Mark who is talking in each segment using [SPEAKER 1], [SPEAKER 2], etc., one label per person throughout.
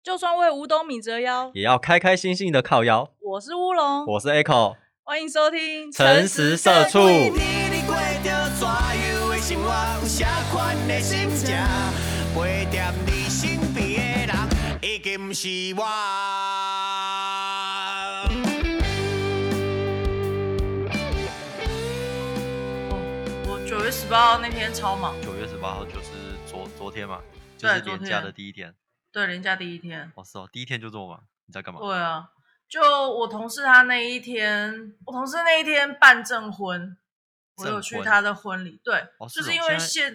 [SPEAKER 1] 就算为五斗米折腰。
[SPEAKER 2] 也要开开心心的靠腰。
[SPEAKER 1] 我是乌龙，
[SPEAKER 2] 我是 Echo，
[SPEAKER 1] 欢迎收听《
[SPEAKER 2] 诚实社畜
[SPEAKER 3] 你你过着怎样的生活？有啥款的心情？陪在你身边的人，已经不是我。
[SPEAKER 1] 我九月十八号那天超忙，
[SPEAKER 2] 九月十八号就是昨昨天嘛，就
[SPEAKER 1] 对
[SPEAKER 2] 是
[SPEAKER 1] 昨
[SPEAKER 2] 年假
[SPEAKER 1] 天
[SPEAKER 2] 的第一天。
[SPEAKER 1] 对，连假第一天。
[SPEAKER 2] 哦，是哦，第一天就这么忙，你在干嘛？
[SPEAKER 1] 对啊，就我同事他那一天，我同事那一天办证婚，我有
[SPEAKER 2] 证
[SPEAKER 1] 去
[SPEAKER 2] 婚
[SPEAKER 1] 他的婚礼。对，
[SPEAKER 2] 哦
[SPEAKER 1] 就是是
[SPEAKER 2] 哦
[SPEAKER 1] 因为
[SPEAKER 2] 现在
[SPEAKER 1] 现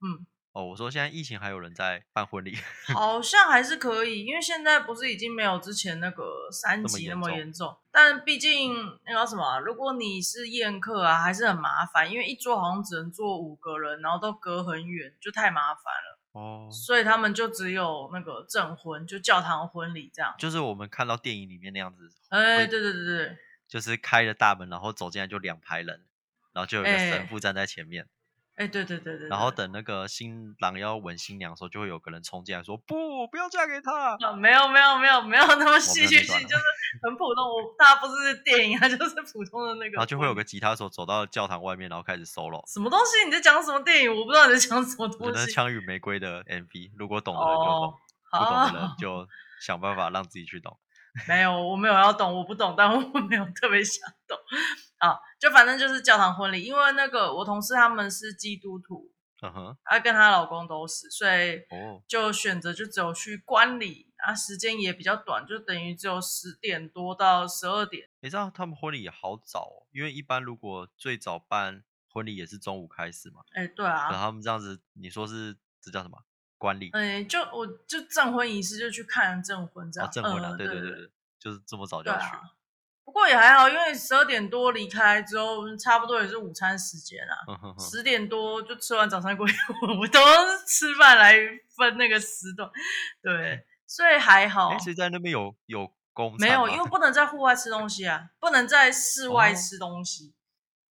[SPEAKER 1] 嗯，
[SPEAKER 2] 哦，我说现在疫情还有人在办婚礼，
[SPEAKER 1] 好像还是可以，因为现在不是已经没有之前那个三级
[SPEAKER 2] 这
[SPEAKER 1] 那
[SPEAKER 2] 么
[SPEAKER 1] 么
[SPEAKER 2] 严重
[SPEAKER 1] 严重，但毕竟那个什么啊，如果你是宴客啊，还是很麻烦，因为一桌好像只能坐五个人，然后都隔很远，就太麻烦了，
[SPEAKER 2] 哦，
[SPEAKER 1] 所以他们就只有那个证婚，就教堂婚礼这样。
[SPEAKER 2] 就是我们看到电影里面那样子，
[SPEAKER 1] 哎、
[SPEAKER 2] 会
[SPEAKER 1] 对对对对，
[SPEAKER 2] 就是开了大门，然后走进来就两排人，然后就有一个
[SPEAKER 1] 哎
[SPEAKER 2] 神父站在前面，
[SPEAKER 1] 哎、对对对对对，
[SPEAKER 2] 然后等那个新郎要吻新娘的时候，就会有个人冲进来说：“不，不要嫁给他。
[SPEAKER 1] 啊，没有没有没有没有那么戏
[SPEAKER 2] 那
[SPEAKER 1] 剧
[SPEAKER 2] 段
[SPEAKER 1] 性，
[SPEAKER 2] 啊
[SPEAKER 1] 就是很普通。我大家不是电影啊，就是普通的那”个。
[SPEAKER 2] 然后就会有个吉他手走到教堂外面，然后开始 solo。
[SPEAKER 1] 什么东西？你在讲什么电影？我不知道你在讲什么
[SPEAKER 2] 我
[SPEAKER 1] 东
[SPEAKER 2] 觉得《
[SPEAKER 1] 西。
[SPEAKER 2] 枪与玫瑰》的 MV，如果懂的人就
[SPEAKER 1] 哦
[SPEAKER 2] 懂，，不懂的人
[SPEAKER 1] 好，
[SPEAKER 2] 就想办法让自己去懂。
[SPEAKER 1] 没有，我没有要懂，我不懂，但我没有特别想懂。啊，就反正就是教堂婚礼，因为那个我同事他们是基督徒，
[SPEAKER 2] 嗯哼，
[SPEAKER 1] 她跟她老公都是，所以
[SPEAKER 2] 哦，
[SPEAKER 1] 就选择就只有去观礼啊，时间也比较短，就等于只有十点多到十二点。
[SPEAKER 2] 你知道他们婚礼也好早哦，因为一般如果最早办婚礼也是中午开始嘛，
[SPEAKER 1] 哎，对
[SPEAKER 2] 然
[SPEAKER 1] 啊
[SPEAKER 2] 后，他们这样子，你说是这叫什么哦管理？
[SPEAKER 1] 哎，就我就证婚仪式就去看证婚这
[SPEAKER 2] 啊，
[SPEAKER 1] 样，
[SPEAKER 2] 证婚啊，
[SPEAKER 1] 嗯
[SPEAKER 2] 对
[SPEAKER 1] 对
[SPEAKER 2] 对对，就是这么早就
[SPEAKER 1] 对
[SPEAKER 2] 要去
[SPEAKER 1] 啊。不过也还好，因为十二点多离开之后，差不多也是午餐时间啊。
[SPEAKER 2] 嗯哼哼，
[SPEAKER 1] 十点多就吃完早餐过去，我都是吃饭来分那个时段，对，所以还好
[SPEAKER 2] 嗯哎，。所以在那边有有公
[SPEAKER 1] 哦没
[SPEAKER 2] 餐
[SPEAKER 1] 有，
[SPEAKER 2] 吗
[SPEAKER 1] 因为不能在户外吃东西啊，不能在室外
[SPEAKER 2] 哦
[SPEAKER 1] 吃东西。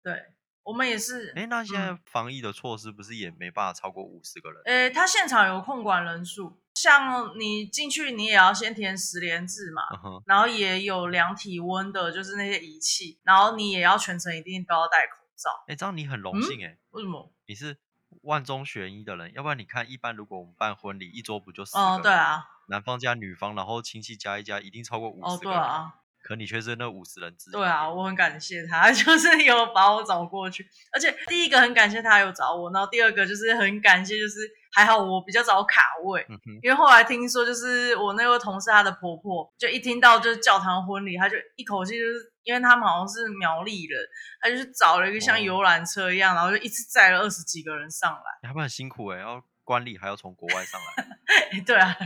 [SPEAKER 1] 对，我们也是。
[SPEAKER 2] 哎，那现在
[SPEAKER 1] 嗯
[SPEAKER 2] 防疫的措施不是也没办法超过五十个人？
[SPEAKER 1] 诶，他现场有控管人数，像你进去，你也要先填十连字嘛，
[SPEAKER 2] 嗯哼，
[SPEAKER 1] 然后也有量体温的，就是那些仪器，然后你也要全程一定都要戴口罩。
[SPEAKER 2] 哎，这样你很荣
[SPEAKER 1] 嗯
[SPEAKER 2] 幸哎，
[SPEAKER 1] 为什么？
[SPEAKER 2] 你是万中选一的人，要不然你看，一般如果我们办婚礼，一桌不就四
[SPEAKER 1] 哦，
[SPEAKER 2] 个？
[SPEAKER 1] 对，啊，
[SPEAKER 2] 男方加女方，然后亲戚加一加，一定超过五
[SPEAKER 1] 哦，
[SPEAKER 2] 十个
[SPEAKER 1] 对
[SPEAKER 2] 人。
[SPEAKER 1] 啊，
[SPEAKER 2] 可你却是那五十人之一
[SPEAKER 1] 对啊，，我很感谢他， 就是有把我找过去，而且第一个很感谢他有找我，然后第二个就是很感谢，就是还好我比较早卡位，
[SPEAKER 2] 嗯哼，
[SPEAKER 1] 因为后来听说就是我那位同事她的婆婆，就一听到就是教堂婚礼，她就一口气就是因为他们好像是苗栗人，她就是找了一个像
[SPEAKER 2] 哦
[SPEAKER 1] 游览车一样，然后就一次载了二十几个人上来。
[SPEAKER 2] 他们很辛苦哎、要观礼还要从国外上来，
[SPEAKER 1] 对啊，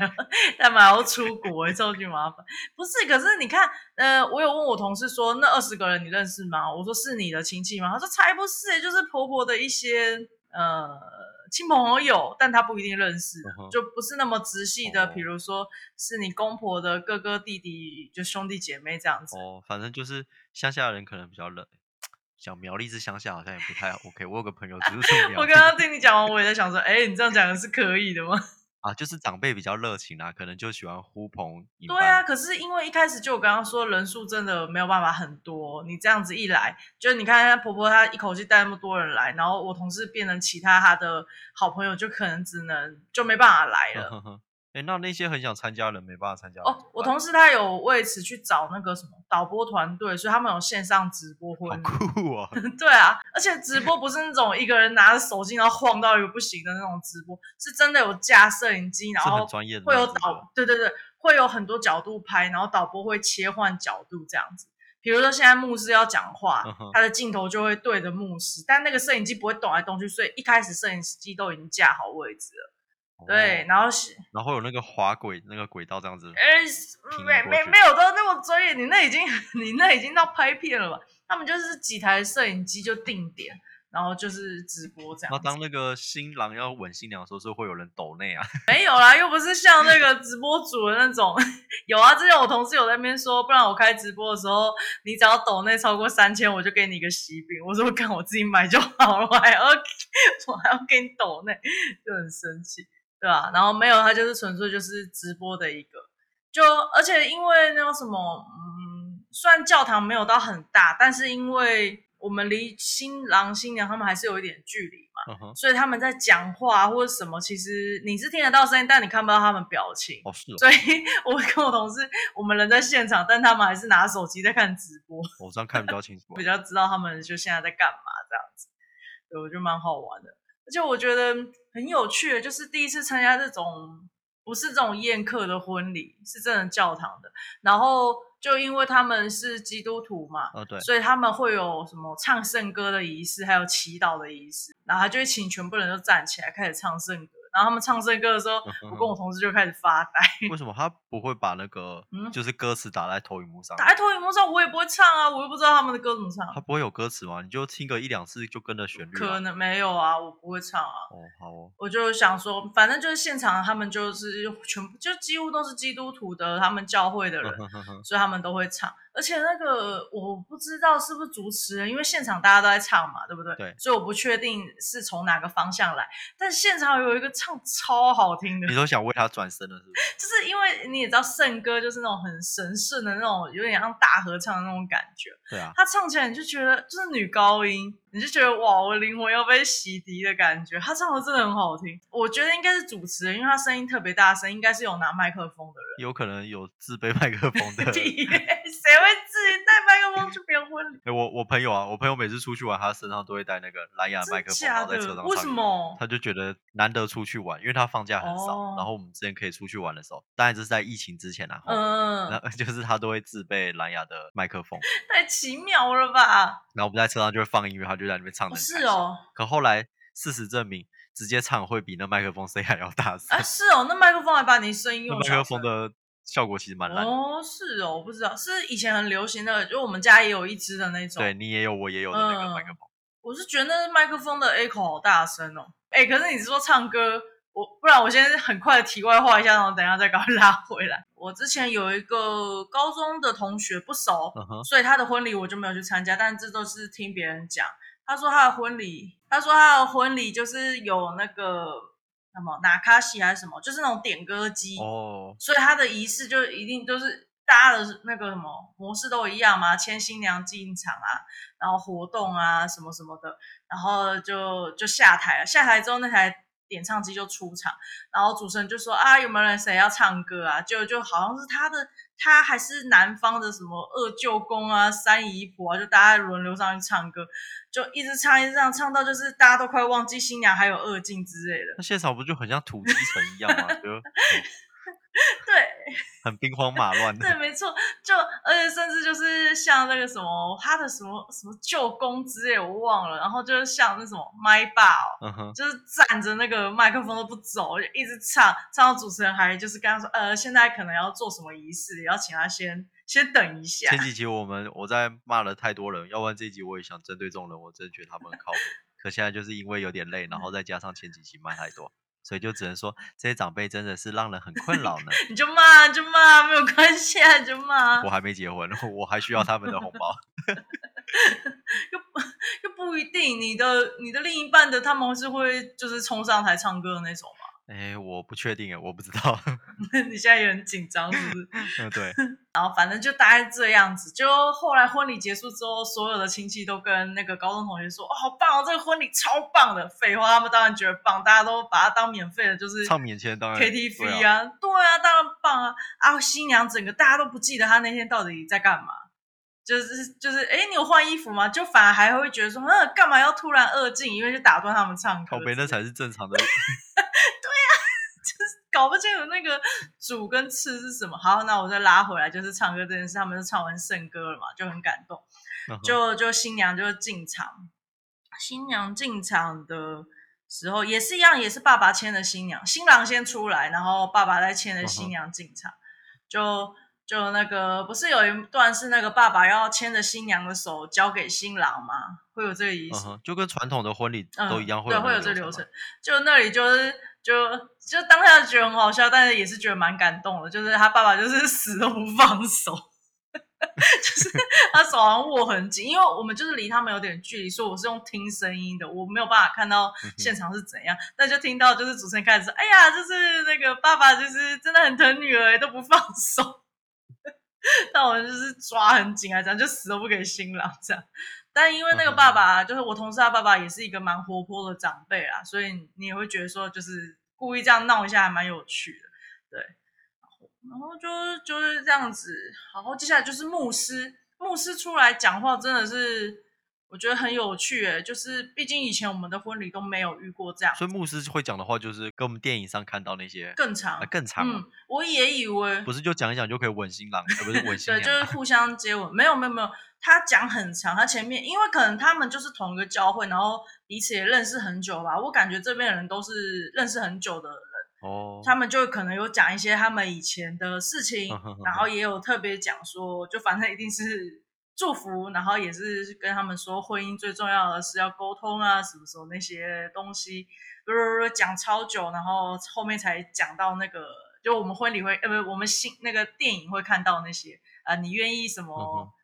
[SPEAKER 1] 干嘛要出国，超级麻烦。不是，可是你看，呃，我有问我同事说，那二十个人你认识吗？我说是你的亲戚吗？他说才不是，就是婆婆的一些呃亲朋好友，但他不一定认识的
[SPEAKER 2] 嗯哼
[SPEAKER 1] 就不是那么直系的，
[SPEAKER 2] 哦
[SPEAKER 1] 比如说是你公婆的哥哥弟弟，就兄弟姐妹这样子。
[SPEAKER 2] 哦，反正就是乡下的人可能比较冷。讲苗栗是乡下，好像也不太 OK。我有个朋友只是说 苗
[SPEAKER 1] 我
[SPEAKER 2] 栗
[SPEAKER 1] 刚刚听你讲完，我也在想说，哎、你这样讲的是可以的吗？
[SPEAKER 2] 啊，就是长辈比较热情啊，可能就喜欢呼朋引
[SPEAKER 1] 对啊，
[SPEAKER 2] 伴。
[SPEAKER 1] 可是因为一开始就我刚刚说人数真的没有办法很多，你这样子一来，就是你看她婆婆她一口气带那么多人来，然后我同事变成其他她的好朋友，就可能只能就没办法来
[SPEAKER 2] 哎、
[SPEAKER 1] 了。
[SPEAKER 2] 诶那那些很想参加的人没办法参加
[SPEAKER 1] 啊哦，我
[SPEAKER 2] 同
[SPEAKER 1] 同事他有为此去找那个什么导播团队，所以他们有线上直播
[SPEAKER 2] 好
[SPEAKER 1] 婚 礼。
[SPEAKER 2] 酷哦，
[SPEAKER 1] 对啊，而且直播不是那种一个人拿着手机然后晃到一个不行的那种直播，是真的有架摄影机，然
[SPEAKER 2] 是
[SPEAKER 1] 后
[SPEAKER 2] 很专业的
[SPEAKER 1] 会
[SPEAKER 2] 那
[SPEAKER 1] 有
[SPEAKER 2] 种直播，
[SPEAKER 1] 导，对对对，会有很多角度拍，然后导播会切换角度这样子。比如说现在牧师要讲话
[SPEAKER 2] 嗯哼，
[SPEAKER 1] 他的镜头就会对着牧师，但那个摄影机不会动来动去，所以一开始摄影机都已经架好位置了。
[SPEAKER 2] 哦
[SPEAKER 1] 对，然后是
[SPEAKER 2] 然后有那个滑轨那个轨道这样子，
[SPEAKER 1] 哎、
[SPEAKER 2] 平
[SPEAKER 1] 没
[SPEAKER 2] 过
[SPEAKER 1] 没
[SPEAKER 2] 去
[SPEAKER 1] 没有到那么专业，你那已经 你那已经到拍片了吧？他们就是几台摄影机就定点，然后就是直播这样
[SPEAKER 2] 那
[SPEAKER 1] 子。
[SPEAKER 2] 当那个新郎要吻新娘的时候，是会有人抖内啊？
[SPEAKER 1] 没有啦，又不是像那个直播主的那种。 有啊，之前我同事有在那边说，不然我开直播的时候，你只要抖内超过三千，我就给你一个喜饼。我说看我自己买就好了，我还要 我还要给你抖内，就很生气，对吧、然后没有，他就是纯粹就是直播的一个。就而且因为那个什么，嗯，虽然教堂没有到很大，但是因为我们离新郎新娘他们还是有一点距离嘛，
[SPEAKER 2] 嗯哼，
[SPEAKER 1] 所以他们在讲话啊或者什么，其实你是听得到声音，但你看不到他们表情。
[SPEAKER 2] 哦是哦，
[SPEAKER 1] 所以我跟我同事，我们人在现场，但他们还是拿手机在看直播，
[SPEAKER 2] 我这样看比较清楚 啊
[SPEAKER 1] 比。较知道他们就现在在干嘛这样子。对，我觉得蛮好玩的，而且我觉得很有趣的，就是第一次参加这种不是这种宴客的婚礼，是真的教堂的。然后就因为他们是基督徒嘛，
[SPEAKER 2] 哦对，
[SPEAKER 1] 所以他们会有什么唱圣歌的仪式，还有祈祷的仪式，然后他就会请全部人都站起来开始唱圣歌。然后他们唱圣歌的时候，我跟我同事就开始发呆。
[SPEAKER 2] 为什么他不会把那个
[SPEAKER 1] 嗯
[SPEAKER 2] 就是歌词打在投影幕上？
[SPEAKER 1] 打在投影幕上，我也不会唱啊，我又不知道他们的歌怎么唱，
[SPEAKER 2] 他不会有歌词吗？你就听个一两次就跟着旋律了。
[SPEAKER 1] 可能没有啊，我不会唱啊。
[SPEAKER 2] 哦，好哦，
[SPEAKER 1] 我就想说，反正就是现场他们就是全部就几乎都是基督徒的，他们教会的人，
[SPEAKER 2] 嗯哼哼哼
[SPEAKER 1] 所以他们都会唱。而且那个我不知道是不是主持人，因为现场大家都在唱嘛，对不对？
[SPEAKER 2] 对
[SPEAKER 1] 所以我不确定是从哪个方向来，但现场有一个唱超好听的
[SPEAKER 2] 你，都想为他转身了是不是？
[SPEAKER 1] 就是因为你也知道圣歌就是那种很神圣的那种，有点像大合唱的那种感觉。
[SPEAKER 2] 对啊，
[SPEAKER 1] 她唱起来你就觉得就是女高音，你就觉得哇，我灵魂要被洗涤的感觉。她唱的真的很好听，我觉得应该是主持人，因为她声音特别大声，应该是有拿麦克风 的人。。
[SPEAKER 2] 有可能有自备麦克风的
[SPEAKER 1] 屁嘞谁会自己带麦克风去别人婚礼？
[SPEAKER 2] 哎、我我朋友啊，我朋友每次出去玩，他身上都会带那个蓝牙麦
[SPEAKER 1] 真
[SPEAKER 2] 克风，然
[SPEAKER 1] 假
[SPEAKER 2] 后在车
[SPEAKER 1] 的？
[SPEAKER 2] 上
[SPEAKER 1] 为
[SPEAKER 2] 唱
[SPEAKER 1] 什
[SPEAKER 2] 歌？
[SPEAKER 1] 么？
[SPEAKER 2] 他就觉得难得出去玩，因为他放假很少。
[SPEAKER 1] 哦
[SPEAKER 2] 然后我们之前可以出去玩的时候，当然这是在疫情之前啦、啊。嗯。
[SPEAKER 1] 嗯、
[SPEAKER 2] 那 就是他都会自备蓝牙的麦克风，
[SPEAKER 1] 太奇妙了吧？
[SPEAKER 2] 然后我们在车上就会放音乐，他就在里面唱的、
[SPEAKER 1] 哦是。哦，
[SPEAKER 2] 可后来事实证明，直接唱会比那麦克风声还要大声。
[SPEAKER 1] 啊是哦，那麦克风还把你声音
[SPEAKER 2] 那
[SPEAKER 1] 用
[SPEAKER 2] 麦
[SPEAKER 1] 小
[SPEAKER 2] 克
[SPEAKER 1] 声
[SPEAKER 2] 风。的效果其实蛮烂的。
[SPEAKER 1] 哦，是哦，我不知道，是以前很流行的，就我们家也有一支的那种。
[SPEAKER 2] 对你也有，我也有的那个麦克
[SPEAKER 1] 嗯
[SPEAKER 2] 风，
[SPEAKER 1] 我是觉得麦克风的 echo 好大声哦。哎，可是你是说唱歌，我不然我先很快的题外话一下，然后等一下再赶快拉回来。我之前有一个高中的同学不熟，
[SPEAKER 2] 嗯哼，
[SPEAKER 1] 所以他的婚礼我就没有去参加，但这都是听别人讲。他说他的婚礼，他说他的婚礼就是有那个什么纳卡西还是什么，就是那种点歌机，
[SPEAKER 2] 哦，
[SPEAKER 1] 所以他的仪式就一定就是大家的那个什么模式都一样嘛，牵新娘进场啊，然后活动啊什么什么的，然后就就下台了。下台之后，那台点唱机就出场，然后主持人就说啊，有没有人谁要唱歌啊？就就好像是他的，他还是南方的什么二舅公啊、三姨婆啊，就大家轮流上去唱歌，就一直唱一直唱，唱到就是大家都快忘记新娘还有二进之类的。
[SPEAKER 2] 那现场不就很像土鸡城一样吗？就很
[SPEAKER 1] 对，
[SPEAKER 2] 很兵荒马乱
[SPEAKER 1] 对，
[SPEAKER 2] 的。
[SPEAKER 1] 没错，就而且甚至就是像那个什么他的什么什么舅公之类，我忘了，然后就是像那什么麦霸哦。
[SPEAKER 2] 嗯哼，
[SPEAKER 1] 就是站着那个麦克风都不走，就一直唱，唱到主持人还就是跟他说，呃，现在可能要做什么仪式，要请他先先等一下。
[SPEAKER 2] 前几集我们我在骂了太多人，要不然这一集我也想针对这种人，我真的觉得他们很靠谱。可现在就是因为有点累，
[SPEAKER 1] 嗯
[SPEAKER 2] 然后再加上前几集骂太多，所以就只能说这些长辈真的是让人很困扰 呢。
[SPEAKER 1] 你就骂就骂，没有关系啊，你就骂，
[SPEAKER 2] 我还没结婚， 我还需要他们的红包。
[SPEAKER 1] 就不一定你的你的另一半的他们是会就是冲上台唱歌的那种嘛。
[SPEAKER 2] 哎，我不确定哎，我不知道。
[SPEAKER 1] 你现在也很紧张是不是？
[SPEAKER 2] 嗯，对，
[SPEAKER 1] 然后反正就大概这样子。就后来婚礼结束之后，所有的亲戚都跟那个高中同学说：“哦，好棒哦，这个婚礼超棒的。”废话，他们当然觉得棒，大家都把它当免费的，就是
[SPEAKER 2] 唱免签当然
[SPEAKER 1] KTV
[SPEAKER 2] 对啊，
[SPEAKER 1] 啊，对啊，当然棒啊。啊，新娘整个大家都不记得她那天到底在干嘛。就是就是，哎，你有换衣服吗？就反而还会觉得说，那干嘛要突然二进？因为就打断他们唱歌
[SPEAKER 2] 靠
[SPEAKER 1] 之
[SPEAKER 2] 背
[SPEAKER 1] 类的，
[SPEAKER 2] 那才是正常的。
[SPEAKER 1] 搞不清楚那个主跟次是什么。好，那我再拉回来，就是唱歌这件事，他们就唱完圣歌了嘛，就很感动。
[SPEAKER 2] 嗯哼
[SPEAKER 1] 就就新娘就进场，新娘进场的时候也是一样，也是爸爸牵着新娘，新郎先出来，然后爸爸再牵着
[SPEAKER 2] 嗯
[SPEAKER 1] 新
[SPEAKER 2] 哼
[SPEAKER 1] 娘进场，就就那个不是有一段是那个爸爸要牵着新娘的手交给新郎吗？会有这个仪
[SPEAKER 2] 嗯
[SPEAKER 1] 式，
[SPEAKER 2] 哼，就跟传统的婚礼
[SPEAKER 1] 嗯，
[SPEAKER 2] 都一样，会
[SPEAKER 1] 对，
[SPEAKER 2] 有
[SPEAKER 1] 会
[SPEAKER 2] 那
[SPEAKER 1] 有
[SPEAKER 2] 个
[SPEAKER 1] 这
[SPEAKER 2] 流
[SPEAKER 1] 流程
[SPEAKER 2] 嘛。。
[SPEAKER 1] 就那里就是就就当下觉得 很好笑，但是也是觉得蛮感动的，就是他爸爸就是死都不放手。 就是他手好像握很紧，因为我们就是离他们有点距离，所以我是用听声音的，我没有办法看
[SPEAKER 2] 嗯
[SPEAKER 1] 到现场是怎样，但就听到就是主持人开始说，哎呀，就是那个爸爸就是真的很疼女儿，都不放手，但我们就是抓很紧啊，这样就死都不给新郎这样。但因为那个爸
[SPEAKER 2] 嗯
[SPEAKER 1] 爸，就是我同事他爸爸也是一个蛮活泼的长辈啦，所以你也会觉得说，就是故意这样闹一下还蛮有趣的，对。然后就是就是这样子，然后接下来就是牧师，牧师出来讲话真的是我觉得很有趣诶，就是毕竟以前我们的婚礼都没有遇过这样，
[SPEAKER 2] 所以牧师会讲的话就是跟我们电影上看到那些
[SPEAKER 1] 更长
[SPEAKER 2] 啊，更长啊，
[SPEAKER 1] 嗯，我也以为
[SPEAKER 2] 不是就讲一讲就可以吻新郎，呃，不是吻新
[SPEAKER 1] 对，
[SPEAKER 2] 娘
[SPEAKER 1] 就
[SPEAKER 2] 啊，
[SPEAKER 1] 是互相接吻。没有没有没有，他讲很长，他前面因为可能他们就是同一个教会，然后彼此也认识很久吧。我感觉这边的人都是认识很久的人，
[SPEAKER 2] 哦，嗯
[SPEAKER 1] 他们就可能有讲一些他们以前的事情，然后也有特别讲说，就反正一定是祝福，然后也是跟他们说婚姻最重要的是要沟通啊，什么什么那些东西，不不不讲超久，然后后面才讲到那个，就我们婚礼会呃不是我们新那个电影会看到那些啊、呃你愿意什
[SPEAKER 2] 嗯
[SPEAKER 1] 么？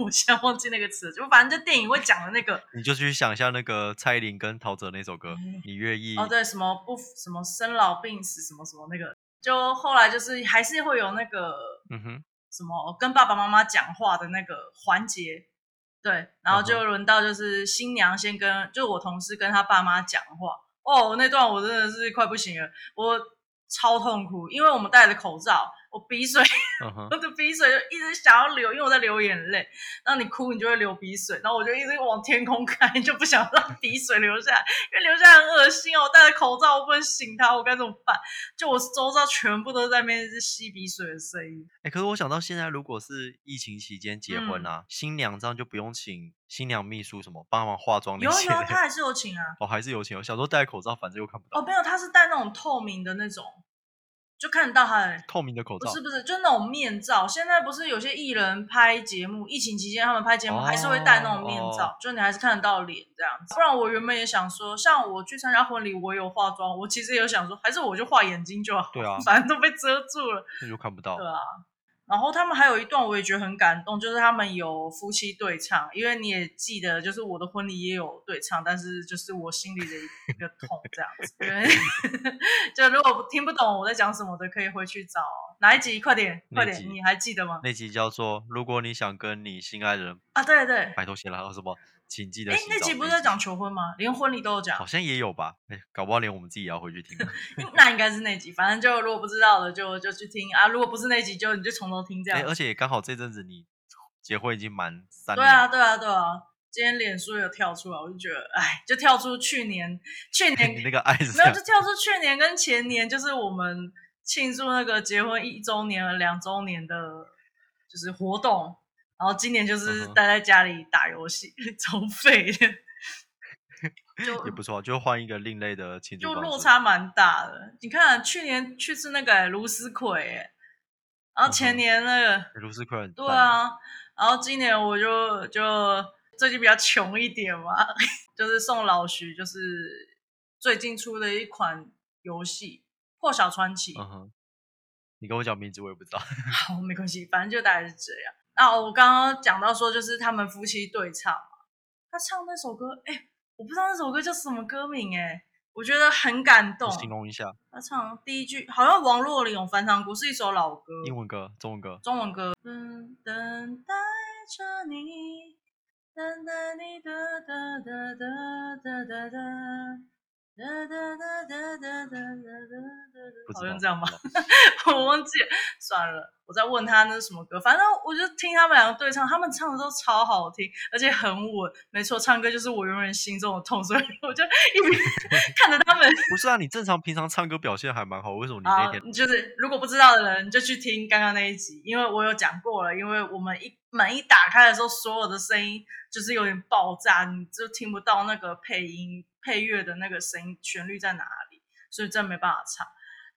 [SPEAKER 1] 我现在忘记那个词了，就反正就电影会讲的那个，
[SPEAKER 2] 你就去想一下那个蔡依林跟陶喆那首歌
[SPEAKER 1] 嗯，
[SPEAKER 2] 你愿意
[SPEAKER 1] 哦，对，什么不什么生老病死什么什么那个，就后来就是还是会有那个
[SPEAKER 2] 嗯哼，
[SPEAKER 1] 什么跟爸爸妈妈讲话的那个环节，对，然后
[SPEAKER 2] 嗯哼
[SPEAKER 1] 就轮到就是新娘先跟，就我同事跟她爸妈讲话，哦，那段我真的是快不行了，我超痛苦，因为我们戴着口罩，我鼻水
[SPEAKER 2] 嗯哼，
[SPEAKER 1] 我的鼻水就一直想要流，因为我在流眼泪。然后你哭，你就会流鼻水，然后我就一直往天空看， 就不想让鼻水流下来，因为流下来很恶心哦。我戴着口罩，我不能醒它，我该怎么办？就我周遭全部都在那边是吸鼻水的声音。
[SPEAKER 2] 哎，可是我想到现在，如果是疫情期间结
[SPEAKER 1] 嗯
[SPEAKER 2] 婚啊，新娘这样就不用请新娘秘书什么帮忙化妆那
[SPEAKER 1] 有啊
[SPEAKER 2] 些
[SPEAKER 1] 有啊，他
[SPEAKER 2] 的，
[SPEAKER 1] 还是有请啊。
[SPEAKER 2] 哦，还是有请。我小时候戴口罩，反正又看不
[SPEAKER 1] 哦，
[SPEAKER 2] 到，
[SPEAKER 1] 没有，他是戴那种透明的那种，就看得到他的。
[SPEAKER 2] 透明的口
[SPEAKER 1] 不
[SPEAKER 2] 罩
[SPEAKER 1] 是，不是，就那种面罩。现在不是有些艺人拍节目，疫情期间他们拍节目
[SPEAKER 2] 哦
[SPEAKER 1] 还是会戴那种面罩，
[SPEAKER 2] 哦
[SPEAKER 1] 就你还是看得到脸这样子。不然我原本也想说，像我去参加婚礼，我有化妆，我其实也有想说，还是我就画眼睛就好，
[SPEAKER 2] 对啊
[SPEAKER 1] 反正都被遮住了，
[SPEAKER 2] 那就看不到
[SPEAKER 1] 对。啊。然后他们还有一段我也觉得很感动，就是他们有夫妻对唱，因为你也记得，就是我的婚礼也有对唱，但是就是我心里的一一个痛这样 子。对就如果听不懂我在讲什么的，可以回去找哪一集，快点快
[SPEAKER 2] 哪一
[SPEAKER 1] 点，
[SPEAKER 2] 集
[SPEAKER 1] 你还记得吗？
[SPEAKER 2] 那集叫做“如果你想跟你心爱的人
[SPEAKER 1] 啊，对对，
[SPEAKER 2] 白头偕老”什么，请记得
[SPEAKER 1] 哎
[SPEAKER 2] 洗，澡。
[SPEAKER 1] 那集不是在讲求婚吗？连婚礼都有讲
[SPEAKER 2] 好，像也有吧？哎，搞不好连我们自己也要回去听。
[SPEAKER 1] 那应该是那集。反正就如果不知道的就就去听啊，如果不是那集就你就从头听这样
[SPEAKER 2] 哎，。而且也刚好这阵子你结婚已经满三
[SPEAKER 1] 对
[SPEAKER 2] 年，
[SPEAKER 1] 啊，对啊，对啊。今天脸书有跳出来，我就觉得，哎，就跳出去年，去年
[SPEAKER 2] 你那个爱 是
[SPEAKER 1] 没
[SPEAKER 2] 这
[SPEAKER 1] 有，
[SPEAKER 2] 样
[SPEAKER 1] 就跳出去年跟前年，就是我们庆祝那个结婚一周年、两周年的，就是活动。然后今年就是
[SPEAKER 2] 嗯哼
[SPEAKER 1] 待在家里打游戏， 超废的，就
[SPEAKER 2] 也不错，就换一个另类的庆祝
[SPEAKER 1] 就
[SPEAKER 2] 方
[SPEAKER 1] 落
[SPEAKER 2] 式
[SPEAKER 1] 差蛮大的。你看啊去年去吃那个欸芦丝葵欸，然后
[SPEAKER 2] 嗯
[SPEAKER 1] 前
[SPEAKER 2] 哼
[SPEAKER 1] 年那个。
[SPEAKER 2] 卢斯克很
[SPEAKER 1] 对
[SPEAKER 2] 赞
[SPEAKER 1] 啊，然后今年我就就最近比较穷一点嘛， 就是送老徐，就是最近出的一款游戏《破晓传奇》
[SPEAKER 2] 嗯哼，你跟我讲名字我也不知道。
[SPEAKER 1] 好，没关系，反正就大概是这样。那我刚刚讲到说，就是他们夫妻对唱嘛，他唱那首歌，哎、我不知道那首歌叫什么歌名、哎，我觉得很感动
[SPEAKER 2] 我。 形容一下，
[SPEAKER 1] 他唱第一句好像王若琳有翻唱过，是一首老歌，
[SPEAKER 2] 英文歌、中文歌，
[SPEAKER 1] 中文歌。嗯等等待着你，等待你哒哒哒哒哒哒哒。哒哒哒哒哒哒哒
[SPEAKER 2] 不
[SPEAKER 1] 哒哒，
[SPEAKER 2] 知
[SPEAKER 1] 好
[SPEAKER 2] 道
[SPEAKER 1] 像这样吧，
[SPEAKER 2] 不知
[SPEAKER 1] 我忘记了，算了，我再问他那是什么歌。反正我就听他们两个对唱，他们唱的都超好听，而且很稳。没错，唱歌就是我永远心中的痛，所以我就一边 看着他们
[SPEAKER 2] 不是啊，你正常平常唱歌表现还蛮好，为什么你那
[SPEAKER 1] 好
[SPEAKER 2] 天，
[SPEAKER 1] 就是如果不知道的人，你就去听刚刚那一集，因为我有讲过了。因为我们一门一打开的时候，所有的声音就是有点爆炸，你就听不到那个配音配乐的那个声音旋律在哪里，所以真没办法唱。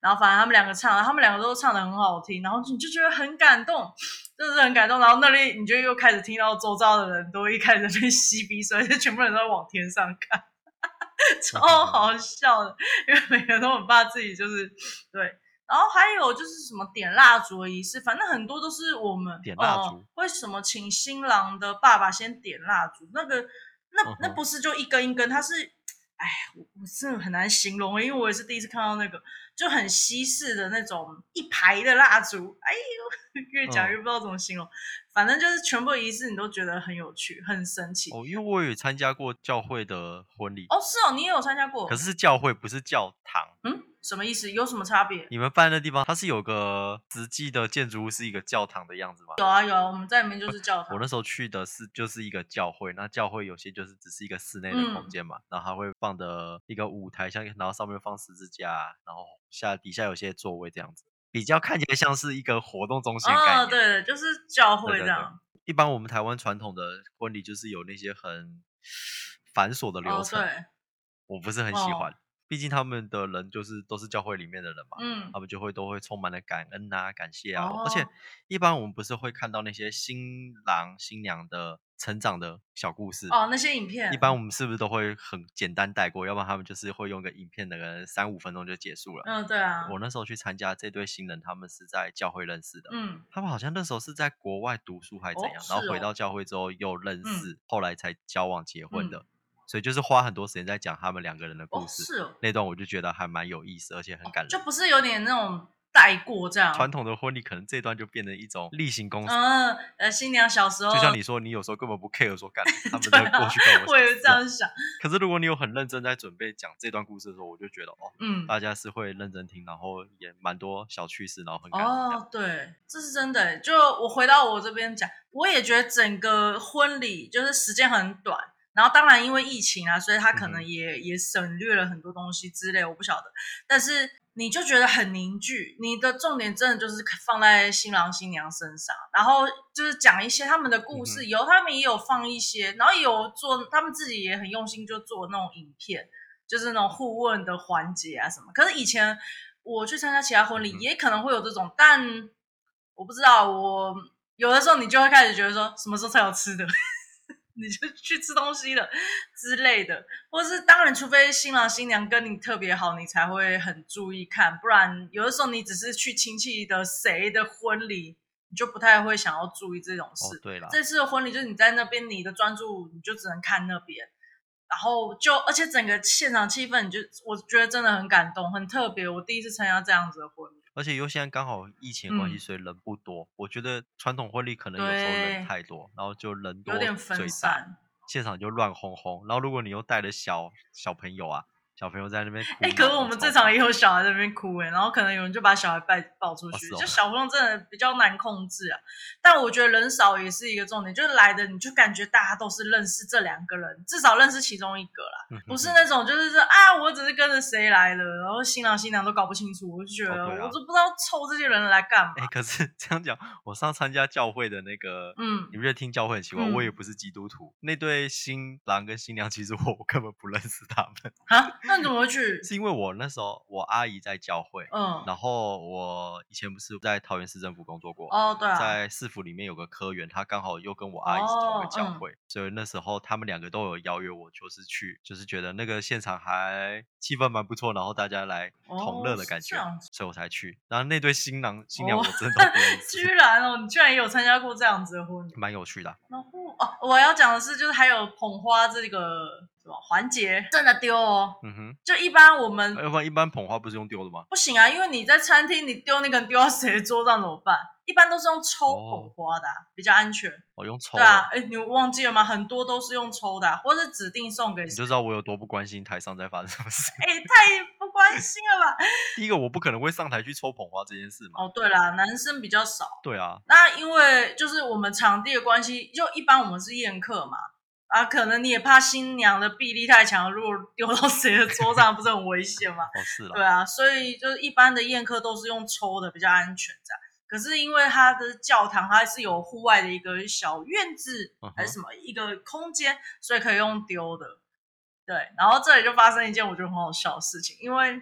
[SPEAKER 1] 然后反正他们两个唱，他们两个都唱的很好听，然后你就觉得很感动，真的是很感动。然后那里你就又开始听到周遭的人都一开始被吸鼻水，而且全部人都在往天上看，
[SPEAKER 2] 嗯
[SPEAKER 1] 超好笑的，因为每个人都很怕自己就是对。然然后还有就是什么点蜡烛的仪式，反正很多都是我们
[SPEAKER 2] 点蜡烛
[SPEAKER 1] 呃会什么请新郎的爸爸先点蜡烛，那个那那
[SPEAKER 2] 嗯哼
[SPEAKER 1] 不是就一根一根，它是，哎，我我真的很难形容，欸因为我也是第一次看到那个，就很西式的那种一排的蜡烛，哎呦，越
[SPEAKER 2] 嗯
[SPEAKER 1] 讲越不知道怎么形容，反正就是全部的仪式你都觉得很有趣，很神奇。
[SPEAKER 2] 哦，因为我也参加过教会的婚礼，
[SPEAKER 1] 哦，是哦，你也有参加过？
[SPEAKER 2] 可是是教会不是教堂。
[SPEAKER 1] 嗯，什么意思？有什么差别？
[SPEAKER 2] 你们办的地方，它是有个实际的建筑物，是一个教堂的样子吗？
[SPEAKER 1] 有啊有啊，我们在里面就是教
[SPEAKER 2] 我
[SPEAKER 1] 堂
[SPEAKER 2] 那。时候去的是就是一个教会，那教会有些就是只是一个室内的空
[SPEAKER 1] 嗯
[SPEAKER 2] 间嘛，然后它会放的一个舞台，像然后上面放十字架，然后下底下有些座位这样子，比较看起来像是一个活动中心的概
[SPEAKER 1] 哦，
[SPEAKER 2] 念。
[SPEAKER 1] 对对，就是教
[SPEAKER 2] 对
[SPEAKER 1] 会
[SPEAKER 2] 对
[SPEAKER 1] 这
[SPEAKER 2] 对
[SPEAKER 1] 样。
[SPEAKER 2] 一般我们台湾传统的婚礼就是有那些很繁琐的流
[SPEAKER 1] 哦，
[SPEAKER 2] 程，
[SPEAKER 1] 对，
[SPEAKER 2] 我不是很喜
[SPEAKER 1] 哦
[SPEAKER 2] 欢。毕竟他们的人就是都是教会里面的人嘛，
[SPEAKER 1] 嗯
[SPEAKER 2] 他，们就会都会充满了感恩啊、感谢啊。而且
[SPEAKER 1] 哦
[SPEAKER 2] 一般我们不是会看到那些新郎新娘的成长的小故事
[SPEAKER 1] 哦，那些影片
[SPEAKER 2] 一般我们是不是都会很简单带过？要不然他们就是会用个影片，那个三五分钟就结束了。
[SPEAKER 1] 嗯，对啊，
[SPEAKER 2] 我那时候去参加这对新人，他们是在教会认识的，
[SPEAKER 1] 嗯，
[SPEAKER 2] 他们好像那时候是在国外读书还是怎
[SPEAKER 1] 哦
[SPEAKER 2] 样，然
[SPEAKER 1] 是
[SPEAKER 2] 后回
[SPEAKER 1] 哦
[SPEAKER 2] 到教会之后又认
[SPEAKER 1] 嗯
[SPEAKER 2] 识，后来才交往结婚
[SPEAKER 1] 嗯
[SPEAKER 2] 的，所以就是花很多时间在讲他们两个人的故
[SPEAKER 1] 哦，
[SPEAKER 2] 事。
[SPEAKER 1] 是哦，
[SPEAKER 2] 那段我就觉得还蛮有意思，而且很感
[SPEAKER 1] 就
[SPEAKER 2] 人。
[SPEAKER 1] 不是有点那种带过这样。
[SPEAKER 2] 传统的婚礼可能这段就变成一种例行公事，
[SPEAKER 1] 嗯，呃，新娘小时候，
[SPEAKER 2] 就像你说，你有时候根本不 care 说干他们
[SPEAKER 1] 对
[SPEAKER 2] 在
[SPEAKER 1] 啊
[SPEAKER 2] 过去干
[SPEAKER 1] 我
[SPEAKER 2] 我
[SPEAKER 1] 也
[SPEAKER 2] 什么
[SPEAKER 1] 是
[SPEAKER 2] 事
[SPEAKER 1] 这
[SPEAKER 2] 啊
[SPEAKER 1] 样想，
[SPEAKER 2] 可是如果你有很认真在准备讲这段故事的时候，我就觉得哦，
[SPEAKER 1] 嗯，
[SPEAKER 2] 大家是会认真听，然后也蛮多小趣事，然后很感人这样。
[SPEAKER 1] 哦，对，这是真的欸。就我回到我这边讲，我也觉得整个婚礼就是时间很短，然后当然因为疫情啊，所以他可
[SPEAKER 2] 嗯
[SPEAKER 1] 能
[SPEAKER 2] 哼
[SPEAKER 1] 也、也省略了很多东西之类，我不晓得。但是你就觉得很凝聚，你的重点真的就是放在新郎新娘身上，然后就是讲一些他们的故
[SPEAKER 2] 嗯
[SPEAKER 1] 事，有他们也有放一些，然后也有做他们自己也很用心，就做那种影片。就是那种互问的环节啊什么。可是以前我去参加其他婚
[SPEAKER 2] 嗯
[SPEAKER 1] 礼，
[SPEAKER 2] 哼
[SPEAKER 1] 也可能会有这种，但我不知道，我有的时候你就会开始觉得说，什么时候才有吃的，你就去吃东西了之类的，或是当然，除非新郎新娘跟你特别好，你才会很注意看，不然有的时候你只是去亲戚的谁的婚礼。你就不太会想要注意这种
[SPEAKER 2] 哦
[SPEAKER 1] 事，，
[SPEAKER 2] 对啦，
[SPEAKER 1] 这次的婚礼就是你在那边，你的专注你就只能看那边，然后就而且整个现场气氛，你就我觉得真的很感动，很特别。我第一次参加这样子的婚礼，
[SPEAKER 2] 而且又现在刚好疫情的关系，
[SPEAKER 1] 嗯
[SPEAKER 2] 所以人不多。我觉得传统婚礼可能有时候人
[SPEAKER 1] 对
[SPEAKER 2] 太多，然后就人多
[SPEAKER 1] 有点
[SPEAKER 2] 嘴
[SPEAKER 1] 分
[SPEAKER 2] 杂，
[SPEAKER 1] 散。
[SPEAKER 2] 现场就乱哄哄。然后如果你又带了小小朋友啊，小朋友在那边哭闹，
[SPEAKER 1] 哎、可是我们这场也
[SPEAKER 2] 也
[SPEAKER 1] 有小孩在那边哭哎、然后可能有人就把小孩抱抱出
[SPEAKER 2] 哦
[SPEAKER 1] 去，
[SPEAKER 2] 是哦
[SPEAKER 1] 就小朋友真的比较难控制啊。但我觉得人少也是一个重点，就是来的你就感觉大家都是认识这两个人，至少认识其中一个啦。
[SPEAKER 2] 嗯
[SPEAKER 1] 不是那种就是说啊，我只是跟着谁来的，然后新郎新娘都搞不清楚，我就觉得、
[SPEAKER 2] 哦对啊
[SPEAKER 1] 我都不知道凑这些人来干嘛。
[SPEAKER 2] 哎、可是这样讲，我上参加教会的那个，
[SPEAKER 1] 嗯
[SPEAKER 2] 你，不觉得听教会很奇怪？我也
[SPEAKER 1] 嗯
[SPEAKER 2] 不是基督徒，那对新郎跟新娘，其实我 根本不认识他们，
[SPEAKER 1] 啊，那你怎么会去？
[SPEAKER 2] 是因为我那时候我阿姨在教会，
[SPEAKER 1] 嗯，
[SPEAKER 2] 然后我以前不是在桃园市政府工作过，
[SPEAKER 1] 哦，对啊，
[SPEAKER 2] 在市府里面有个科员，他刚好又跟我阿姨是同一
[SPEAKER 1] 哦
[SPEAKER 2] 个教
[SPEAKER 1] 嗯
[SPEAKER 2] 会，所以那时候他们两个都有邀约我，就是去，就是觉得那个现场还气氛蛮不错，然后大家来同乐
[SPEAKER 1] 哦
[SPEAKER 2] 的
[SPEAKER 1] 是
[SPEAKER 2] 感
[SPEAKER 1] 这
[SPEAKER 2] 觉，
[SPEAKER 1] 样
[SPEAKER 2] 所以我才去。然后那对新郎新娘
[SPEAKER 1] 哦
[SPEAKER 2] 我真的都不认识，
[SPEAKER 1] 居然哦，你居然也有参加过这样子的婚礼。
[SPEAKER 2] 蛮有趣的啊、
[SPEAKER 1] 然后哦，我要讲的是，就是还有捧花这个什么环节，真的丢哦。
[SPEAKER 2] 嗯哼，
[SPEAKER 1] 就一般我们
[SPEAKER 2] 要不然一般捧花不是用丢的吗？
[SPEAKER 1] 不行啊，因为你在餐厅你丢那个丢到谁的桌上怎么办？一般都是用抽捧花的啊、比较安全。
[SPEAKER 2] 我、哦用哦抽
[SPEAKER 1] 对
[SPEAKER 2] 的，
[SPEAKER 1] 啊，哎，你忘记了吗？很多都是用抽的啊、或是指定送给
[SPEAKER 2] 你
[SPEAKER 1] 谁。
[SPEAKER 2] 就知道我有多不关心台上在发生什么事。
[SPEAKER 1] 哎，太不关心了吧？
[SPEAKER 2] 第一个，我不可能会上台去抽捧花这件事嘛。
[SPEAKER 1] 哦，对啦，男生比较少。
[SPEAKER 2] 对啊，
[SPEAKER 1] 那因为就是我们场地的关系，就一般我们是宴客嘛，啊，可能你也怕新娘的臂力太强，如果丢到谁的桌上，不是很危险吗？
[SPEAKER 2] 哦 是
[SPEAKER 1] 对
[SPEAKER 2] 啦，
[SPEAKER 1] 啊，所以就是一般的宴客都是用抽的比较安全这样。可是因为它的教堂它是有户外的一个小院子
[SPEAKER 2] 嗯哼
[SPEAKER 1] 还是什么一个空间，所以可以用丢的。对，然后这里就发生一件我觉得很好笑的事情，因为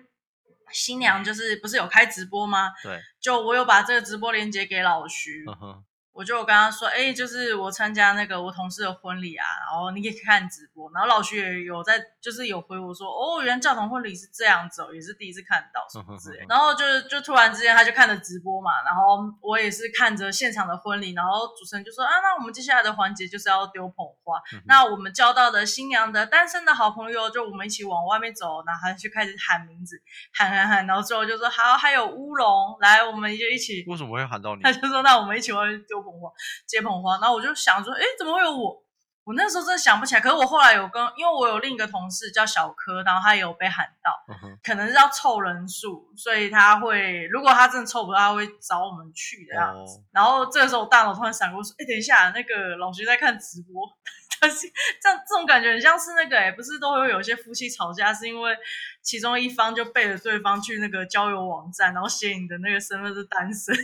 [SPEAKER 1] 新娘就是不是有开直播吗？
[SPEAKER 2] 对，
[SPEAKER 1] 就我有把这个直播链接给老徐，
[SPEAKER 2] 嗯哼，
[SPEAKER 1] 我就有跟他说，哎、就是我参加那个我同事的婚礼啊，然后你可以看直播，然后老徐也有在，就是有回我说，哦，原来教堂婚礼是这样子、哦，也是第一次看到什么之类的。然后就就突然之间他就看着直播嘛，然后我也是看着现场的婚礼，然后主持人就说，啊，那我们接下来的环节就是要丢捧花，那我们交到的新娘的单身的好朋友，就我们一起往外面走，然后他就开始喊名字，喊喊喊，然后最后就说好，还有乌龙，来，我们就一起。
[SPEAKER 2] 为什么会喊到你
[SPEAKER 1] 他？就说那我们一起会丢捧花，接捧花。然后我就想说，诶，怎么会有我？我那时候真的想不起来。可是我后来有跟，因为我有另一个同事叫小柯，然后他也有被喊到，
[SPEAKER 2] 嗯 哼
[SPEAKER 1] 可能是要凑人数，所以他会，如果他真的凑不到，他会找我们去的样子。
[SPEAKER 2] 哦
[SPEAKER 1] 然后这个时候我大脑突然闪过说，诶，等一下，那个老徐在看直播。 但是这样这种感觉很像是那个哎、不是都会有一些夫妻吵架，是因为其中一方就背着对方去那个交友网站，然后写你的那个身份是单身。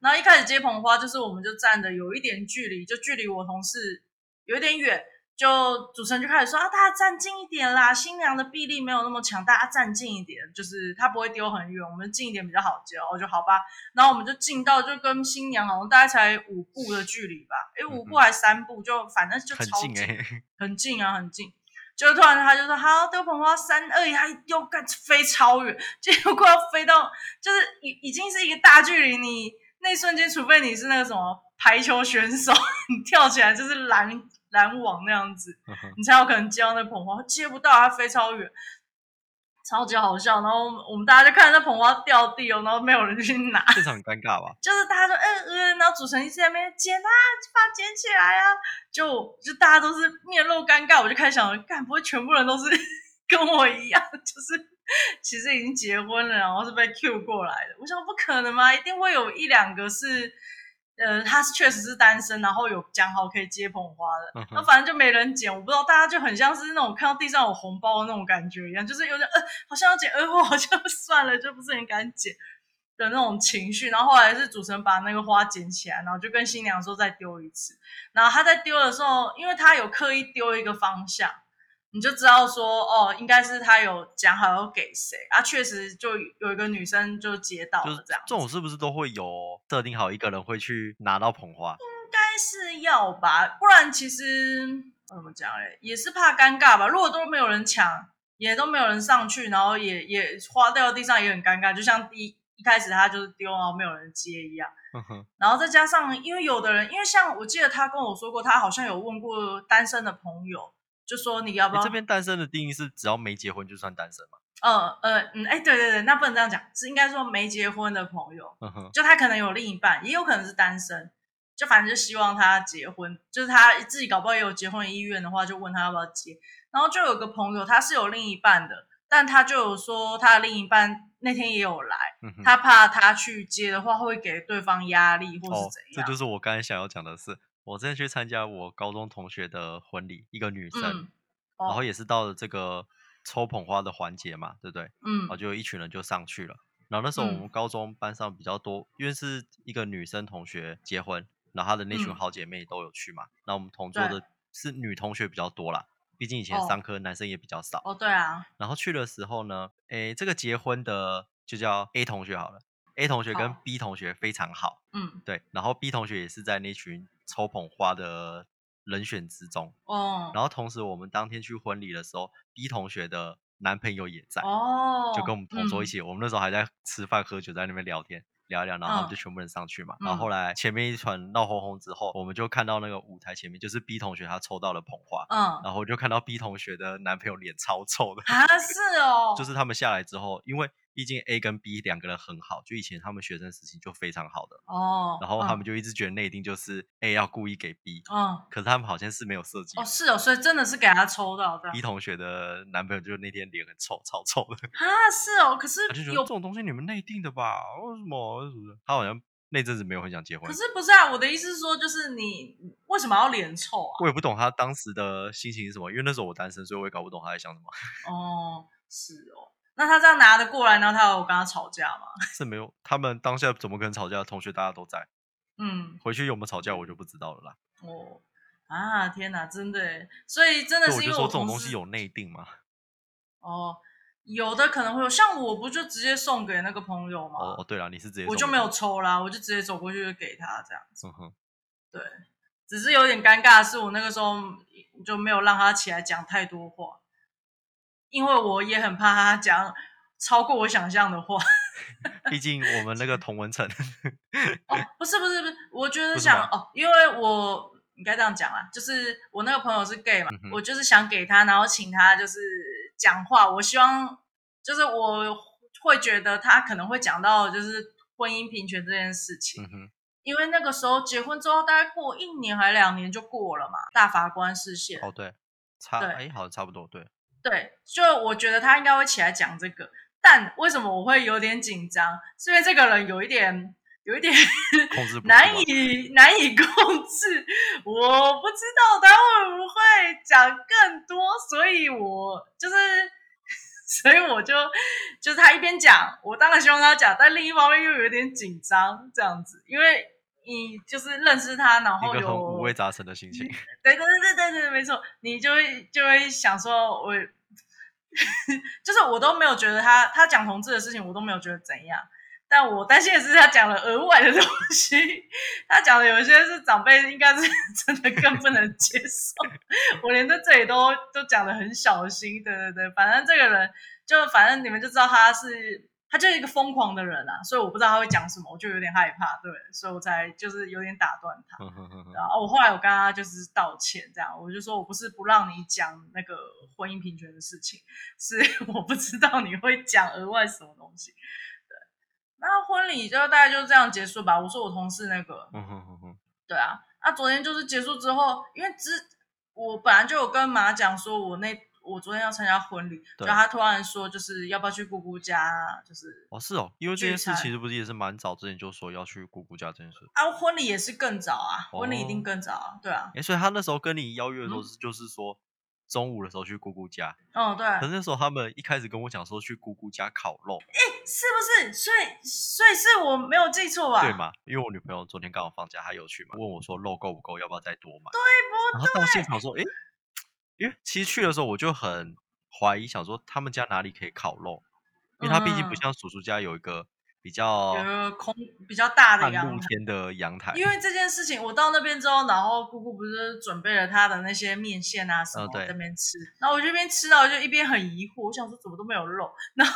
[SPEAKER 1] 然后一开始接捧花，就是我们就站的有一点距离，就距离我同事有一点远，就主持人就开始说啊，大家站近一点啦，新娘的臂力没有那么强，大家站近一点，就是她不会丢很远，我们近一点比较好接。我就好吧，然后我们就近到就跟新娘好像大概才五步的距离吧，诶，五步还是三步，就反正就
[SPEAKER 2] 很
[SPEAKER 1] 超
[SPEAKER 2] 近哎、
[SPEAKER 1] 很近啊，很近。就突然他就说好，丢捧花三二一，他一丢干飞超远，结果快要飞到，就是已已经是一个大距离，你那一瞬间，除非你是那个什么排球选手， 你跳起来就是拦拦网那样子，
[SPEAKER 2] 嗯哼
[SPEAKER 1] 你才有可能接到那捧花，接不到，它啊飞超远，超级好笑。然后我们我们大家就看着那捧花掉地哦，然后没有人去拿，
[SPEAKER 2] 现场很尴尬吧？
[SPEAKER 1] 就是大家都嗯嗯，然后主持人一直在那边捡啊，把它捡起来啊，就就大家都是面露尴尬，我就开始想，干不会全部人都是 跟我一样， 就是其实已经结婚了，然后是被 Q 过来的。我想不可能嘛，一定会有一两个是，呃，他是确实是单身，然后有讲好可以接捧花的，
[SPEAKER 2] 嗯
[SPEAKER 1] 那
[SPEAKER 2] 哼
[SPEAKER 1] 反正就没人捡，我不知道大家就很像是那种看到地上有红包的那种感觉一样，就是有点呃好像要捡，呃我好像 算了，就不是很敢捡的那种情绪。然后后来是主持人把那个花捡起来，然后就跟新娘说再丢一次。然后他在丢的时候，因为他有刻意丢一个方向，你就知道说哦，应该是他有讲好要给谁啊。确实就有一个女生就接到
[SPEAKER 2] 就
[SPEAKER 1] 了
[SPEAKER 2] 是
[SPEAKER 1] 这样子，
[SPEAKER 2] 这种是不是都会有设定好一个人会去拿到捧花？
[SPEAKER 1] 应该是要吧，不然其实呃怎么讲嘞，也是怕尴尬吧。如果都没有人抢，也都没有人上去，然后也也花掉地上也很尴尬，就像第一一开始他就是丢，然后没有人接一样。
[SPEAKER 2] 嗯哼
[SPEAKER 1] 然后再加上，因为有的人，因为像我记得他跟我说过，他好像有问过单身的朋友，就说你要不
[SPEAKER 2] 你
[SPEAKER 1] 要？
[SPEAKER 2] 这边单身的定义是只要没结婚就算单身嘛？
[SPEAKER 1] 呃呃嗯，哎、对对对，那不能这样讲，是应该说没结婚的朋友，
[SPEAKER 2] 嗯哼，
[SPEAKER 1] 就他可能有另一半，也有可能是单身，就反正就希望他结婚，就是他自己搞不好也有结婚的意愿的话，就问他要不要结。然后就有个朋友，他是有另一半的，但他就有说他的另一半那天也有来，
[SPEAKER 2] 嗯哼
[SPEAKER 1] 他怕他去接的话会给对方压力或
[SPEAKER 2] 哦
[SPEAKER 1] 是怎，
[SPEAKER 2] 这
[SPEAKER 1] 样。
[SPEAKER 2] 就是我刚才想要讲的是，我之前去参加我高中同学的婚礼，一个女生，
[SPEAKER 1] 嗯，
[SPEAKER 2] 然后
[SPEAKER 1] 哦，
[SPEAKER 2] 也是到了这个抽捧花的环节嘛，对不对？
[SPEAKER 1] 嗯
[SPEAKER 2] 然后就有一群人就上去了。然后那时候我
[SPEAKER 1] 嗯
[SPEAKER 2] 们高中班上比较多，因为是一个女生同学结婚，然后她的那群
[SPEAKER 1] 嗯
[SPEAKER 2] 好姐妹都有去嘛。那、我们同桌
[SPEAKER 1] 对
[SPEAKER 2] 的是女同学比较多啦，毕竟以前
[SPEAKER 1] 哦
[SPEAKER 2] 上课男生也比较少。
[SPEAKER 1] 哦，对啊，
[SPEAKER 2] 然后去的时候呢，诶，这个结婚的就叫 A 同学好了，A 同学跟
[SPEAKER 1] 好
[SPEAKER 2] B 同学非常好，
[SPEAKER 1] 嗯，
[SPEAKER 2] 对。然后 B 同学也是在那群抽捧花的人选之中。
[SPEAKER 1] 哦，
[SPEAKER 2] 然后同时我们当天去婚礼的时候，B 同学的男朋友也在，
[SPEAKER 1] 哦，
[SPEAKER 2] 就跟我们同桌
[SPEAKER 1] 嗯，
[SPEAKER 2] 一起，我们那时候还在吃饭喝酒，在那边聊天聊一聊，然后他们就
[SPEAKER 1] 嗯
[SPEAKER 2] 全部人上去嘛。然
[SPEAKER 1] 嗯
[SPEAKER 2] 后后来前面一团闹哄哄之后，我们就看到那个舞台前面就是 B 同学他抽到了捧花，
[SPEAKER 1] 嗯，
[SPEAKER 2] 然后我就看到 B 同学的男朋友脸超臭的，
[SPEAKER 1] 啊，是哦，
[SPEAKER 2] 就是他们下来之后，因为毕竟 A 跟 B 两个人很好，就以前他们学生时期就非常好的，
[SPEAKER 1] 哦，
[SPEAKER 2] 然后他们
[SPEAKER 1] 就，
[SPEAKER 2] 就一直觉得那一定就是 A 要故意给 B，
[SPEAKER 1] 嗯，
[SPEAKER 2] 可是他们好像是没有设计
[SPEAKER 1] 哦，是啊哦，所以真的是给他抽到的
[SPEAKER 2] B 同学的男朋友就那天脸很臭，超臭的。
[SPEAKER 1] 啊，是哦，可是
[SPEAKER 2] 他就觉得
[SPEAKER 1] 有
[SPEAKER 2] 这种东西你们内定的吧？为什么？为什么？他好像那阵子没有很想结婚
[SPEAKER 1] 可，是不是啊？我的意思是说，就是你为什么要脸臭啊？
[SPEAKER 2] 我也不懂他当时的心情是什么，因为那时候我单身，所以我也搞不懂他在想什么。
[SPEAKER 1] 哦，是哦。那他这样拿着过来，然后他有跟他吵架吗？
[SPEAKER 2] 是没有，他们当下怎么可能吵架？同学大家都在，
[SPEAKER 1] 嗯，
[SPEAKER 2] 回去有没有吵架我就不知道了啦。
[SPEAKER 1] 哦，啊，天哪，真的耶，所以真的
[SPEAKER 2] 所以我
[SPEAKER 1] 是因
[SPEAKER 2] 就
[SPEAKER 1] 为
[SPEAKER 2] 说
[SPEAKER 1] 我
[SPEAKER 2] 这种
[SPEAKER 1] 同
[SPEAKER 2] 东
[SPEAKER 1] 事
[SPEAKER 2] 西有内定嘛，
[SPEAKER 1] 哦，有的可能会有，像我不就直接送给那个朋友
[SPEAKER 2] 哦
[SPEAKER 1] 吗？
[SPEAKER 2] 哦，对了，你是直接
[SPEAKER 1] 我就
[SPEAKER 2] 送
[SPEAKER 1] 没
[SPEAKER 2] 给
[SPEAKER 1] 有抽啦，我就直接走过去就给他这样子。
[SPEAKER 2] 他，嗯哼，
[SPEAKER 1] 只是有点尴尬的是，我那个时候就没有让他起来讲太多话，因为我也很怕他讲超过我想象的话。
[SPEAKER 2] 毕竟我们那个同文层，
[SPEAKER 1] 哦，不是不是不是，我觉得
[SPEAKER 2] 不是
[SPEAKER 1] 想
[SPEAKER 2] 吗
[SPEAKER 1] 哦，因为我应该这样讲啦，就是我那个朋友是 gay 嘛，
[SPEAKER 2] 嗯哼
[SPEAKER 1] 我就是想给他，然后请他就是讲话，我希望就是我会觉得他可能会讲到就是婚姻平权这件事情，
[SPEAKER 2] 嗯哼，
[SPEAKER 1] 因为那个时候结婚之后大概过一年还两年就过了嘛，大法官视线，
[SPEAKER 2] 哦对，差
[SPEAKER 1] 对
[SPEAKER 2] 哎好像差不多，对，
[SPEAKER 1] 对，就我觉得他应该会起来讲这个，但为什么我会有点紧张？是因为这个人有一点。有一点
[SPEAKER 2] 控制不住啊嘛
[SPEAKER 1] 难以难以控制，我不知道他会不会讲更多，所以我就是， 所以我就就是他一边讲，我当然希望他讲，但另一方面又有点紧张这样子，因为你就是认识他，然后
[SPEAKER 2] 一个很
[SPEAKER 1] 有
[SPEAKER 2] 五味杂陈的心情，
[SPEAKER 1] 对对对对对对，没错，你就会就会想说我， 就是我都没有觉得他他讲同志的事情，我都没有觉得怎样。但我担心的是，他讲了额外的东西，他讲的有一些是长辈应该是 真的更不能接受。 我连在这里都都讲的很小心，对对对，反正这个人就反正你们就知道他是他就是一个疯狂的人啊，所以我不知道他会讲什么，我就有点害怕，对，所以我才就是有点打断他。
[SPEAKER 2] 嗯哼哼哼
[SPEAKER 1] 然后我后来我跟他就是道歉，这样我就说我不是不让你讲那个婚姻平权的事情，是 我不知道你会讲额外什么东西。对，那婚礼就大概就这样结束吧。我说我同事那个，
[SPEAKER 2] 嗯哼哼哼，
[SPEAKER 1] 对啊，那昨天就是结束之后，因为之我本来就有跟马讲说我那我昨天要参加婚礼，
[SPEAKER 2] 对
[SPEAKER 1] 然后他突然说就是要不要去姑姑家，就是
[SPEAKER 2] 哦是哦，因为这件
[SPEAKER 1] 聚
[SPEAKER 2] 事
[SPEAKER 1] 餐
[SPEAKER 2] 其实不是也是蛮早之前就说要去姑姑家这件事，
[SPEAKER 1] 啊婚礼也是更早啊，婚礼一定
[SPEAKER 2] 哦
[SPEAKER 1] 更早啊，对啊，
[SPEAKER 2] 哎，所以他那时候跟你邀约的时候
[SPEAKER 1] 嗯
[SPEAKER 2] 是就是说中午的时候去姑姑家，
[SPEAKER 1] 嗯对。
[SPEAKER 2] 可是那时候他们一开始跟我讲说去姑姑家烤肉，
[SPEAKER 1] 是不是？所以所以是我没有记错吧？
[SPEAKER 2] 对？嘛？因为我女朋友昨天刚好放假，她有去嘛，问我说肉够不够，要不要再多买？对然后到现场说，诶，因为其实去的时候我就很怀疑，想说他们家哪里可以烤肉，因为他毕竟不
[SPEAKER 1] 嗯
[SPEAKER 2] 像叔叔家有一个比较
[SPEAKER 1] 有一个空比较大的
[SPEAKER 2] 半
[SPEAKER 1] 阳
[SPEAKER 2] 露
[SPEAKER 1] 台。
[SPEAKER 2] 天的阳台。
[SPEAKER 1] 因为这件事情，我到那边之后，然后姑姑不是准备了她的那些面线啊什么，
[SPEAKER 2] 哦对
[SPEAKER 1] 在那边吃。然后我这边吃到就一边很疑惑，我想说怎么都没有肉。 然后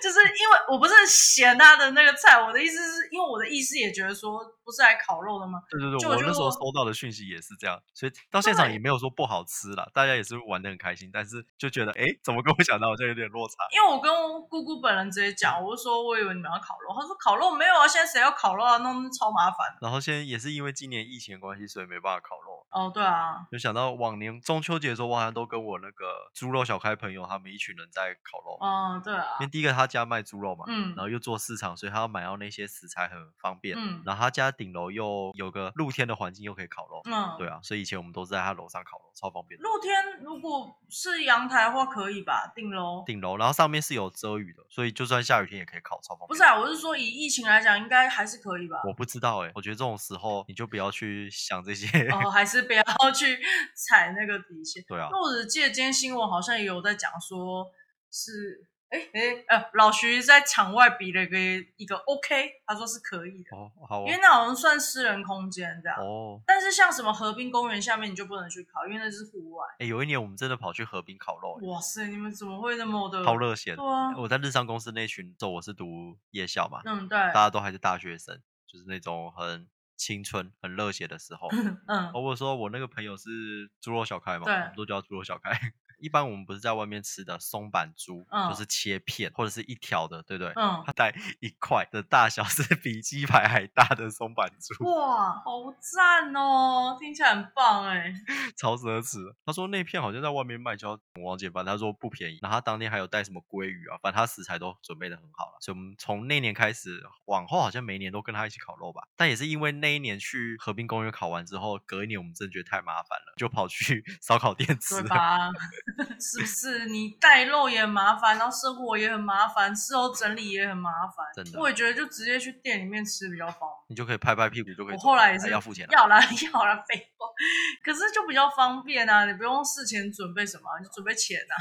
[SPEAKER 1] 就是因为我不是嫌她的那个菜，我的意思是因为我的意思也觉得说，不是来烤肉的吗？
[SPEAKER 2] 对
[SPEAKER 1] 就
[SPEAKER 2] 对对，
[SPEAKER 1] 我
[SPEAKER 2] 我
[SPEAKER 1] 觉
[SPEAKER 2] 那
[SPEAKER 1] 得
[SPEAKER 2] 时候
[SPEAKER 1] 我
[SPEAKER 2] 收到的讯息也是这样，所以到现场也没有说不好吃啦，大家也是玩的很开心，但是就觉得诶，怎么跟我想的好像有点落差？
[SPEAKER 1] 因为我跟姑姑本人直接讲，我就说我以为你们要烤肉，她说烤肉没有啊，现在谁要烤肉啊，弄超麻烦的。
[SPEAKER 2] 然后现在也是因为今年疫情的关系，所以没办法烤肉。
[SPEAKER 1] 哦，对啊，
[SPEAKER 2] 就想到往年中秋节的时候，我好像都跟我那个猪肉小开朋友他们一群人在烤肉。
[SPEAKER 1] 嗯，对啊
[SPEAKER 2] 因为，第一个他家卖猪肉嘛，
[SPEAKER 1] 嗯
[SPEAKER 2] 然后又做市场，所以他要买到那些食材很方便。
[SPEAKER 1] 嗯
[SPEAKER 2] 然后他家顶楼又有个露天的环境，又可以烤肉。
[SPEAKER 1] 嗯，
[SPEAKER 2] 对啊，所以以前我们都是在他楼上烤肉，超方便的。
[SPEAKER 1] 露天如果是阳台的话，可以吧？顶楼
[SPEAKER 2] 顶楼，然后上面是有遮雨的，所以就算下雨天也可以烤，超方便。
[SPEAKER 1] 不是啊，我是说以疫情来讲，应该还是可以吧？
[SPEAKER 2] 我不知道哎、我觉得这种时候你就不要去想这些。
[SPEAKER 1] 哦，还是不要去踩那个底线。
[SPEAKER 2] 对啊
[SPEAKER 1] 因，为我只记得今天新闻好像也有在讲说是，哎哎呃，老徐在场外比了个一个 OK，他说是可以的，
[SPEAKER 2] 哦，好哦
[SPEAKER 1] 因为，那好像算私人空间这样。
[SPEAKER 2] 哦，
[SPEAKER 1] 但是像什么河滨公园下面你就不能去烤，因为那是户外。
[SPEAKER 2] 哎、有一年我们真的跑去河滨烤肉、欸，
[SPEAKER 1] 哇塞，你们怎么会那么的？
[SPEAKER 2] 超热血的
[SPEAKER 1] 对。啊，
[SPEAKER 2] 我在日商公司那群时候，我是读夜校嘛，
[SPEAKER 1] 嗯对，
[SPEAKER 2] 大家都还是大学生，就是那种很青春、很热血的时 候。
[SPEAKER 1] 嗯
[SPEAKER 2] 哦，我说我那个朋友是猪肉小开嘛，
[SPEAKER 1] 对
[SPEAKER 2] 我们都叫他猪肉小开。 一般我们不是在外面吃的松板猪，
[SPEAKER 1] 嗯
[SPEAKER 2] 就是切片或者是一条的，对不对？
[SPEAKER 1] 嗯。
[SPEAKER 2] 它带一块的大小是比鸡排还大的松板猪，
[SPEAKER 1] 哇，好赞哦！听起来很棒 哎。
[SPEAKER 2] 超奢侈的。他说那片好像在外面卖，就要我忘记了，反正他说不便宜。然后他当天还有带什么鲑鱼啊，反正他食材都准备的很好了。所以我们从那年开始，往后好像每一年都跟他一起烤肉吧。但也是因为那一年去河滨公园烤完之后，隔一年我们真的觉得太麻烦了，就跑去 烧烤店吃
[SPEAKER 1] 对
[SPEAKER 2] 了。
[SPEAKER 1] 吧？ 是不是？你带肉也很麻烦，然后生活也很麻烦，事后整理也很麻烦。
[SPEAKER 2] 真的
[SPEAKER 1] 我也觉得就直接去店里面吃比较方便。
[SPEAKER 2] 你就可以拍拍屁股就可以
[SPEAKER 1] 我
[SPEAKER 2] 走了。
[SPEAKER 1] 后来也
[SPEAKER 2] 还
[SPEAKER 1] 是
[SPEAKER 2] 要付钱了。
[SPEAKER 1] 要啦 要啦，废话。可是就比较方便啊，你不用事前准备什么啊，你就准备钱啊。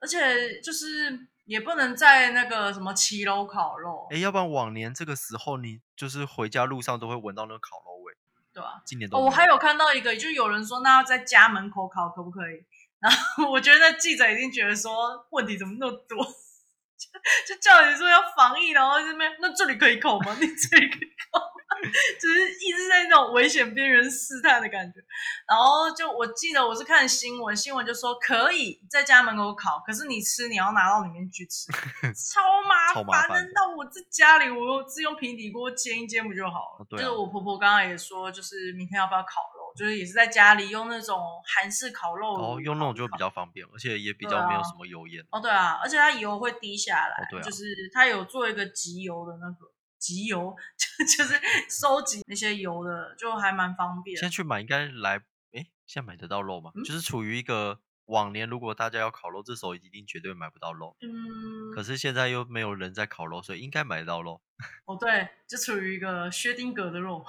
[SPEAKER 1] 而且就是也不能在那个什么骑楼烤肉，
[SPEAKER 2] 哎，要不然往年这个时候你就是回家路上都会闻到那个烤肉味，
[SPEAKER 1] 对吧、
[SPEAKER 2] 今年都
[SPEAKER 1] 哦，
[SPEAKER 2] 没
[SPEAKER 1] 我还有看到一个，就有人说那要在家门口烤可不可以？然后我觉得那记者已经觉得说问题怎么那么多，就就叫你说要防疫，然后这边那这里可以烤吗？ 那这里可以烤吗？就是一直在那种危险边缘试探的感觉。然后就我记得我是看新闻，新闻就说可以在家门口烤，可是你吃你要拿到里面去 吃，超麻
[SPEAKER 2] 超
[SPEAKER 1] 烦。
[SPEAKER 2] 麻烦的
[SPEAKER 1] 那我在家里我自己用平底锅煎一煎不就好了？
[SPEAKER 2] 哦对啊
[SPEAKER 1] 就是我婆婆刚刚也说，就是明天要不要烤肉，就是也是在家里用那种韩式烤肉炉
[SPEAKER 2] 哦，用那种就比较方便，而且也比较没有什么油烟。
[SPEAKER 1] 哦，对啊，而且它油会滴下来，
[SPEAKER 2] 哦对啊
[SPEAKER 1] 就是它有做一个集油的那个集油， 就就是收集那些油的，就还蛮方便
[SPEAKER 2] 现在去买应该来，哎，现在买得到肉吗？
[SPEAKER 1] 嗯
[SPEAKER 2] 就是处于一个往年如果大家要烤肉，这时候一定绝对买不到肉，
[SPEAKER 1] 嗯，
[SPEAKER 2] 可是现在又没有人在烤肉，所以应该买得到肉。
[SPEAKER 1] 哦对，就处于一个薛定谔的 肉。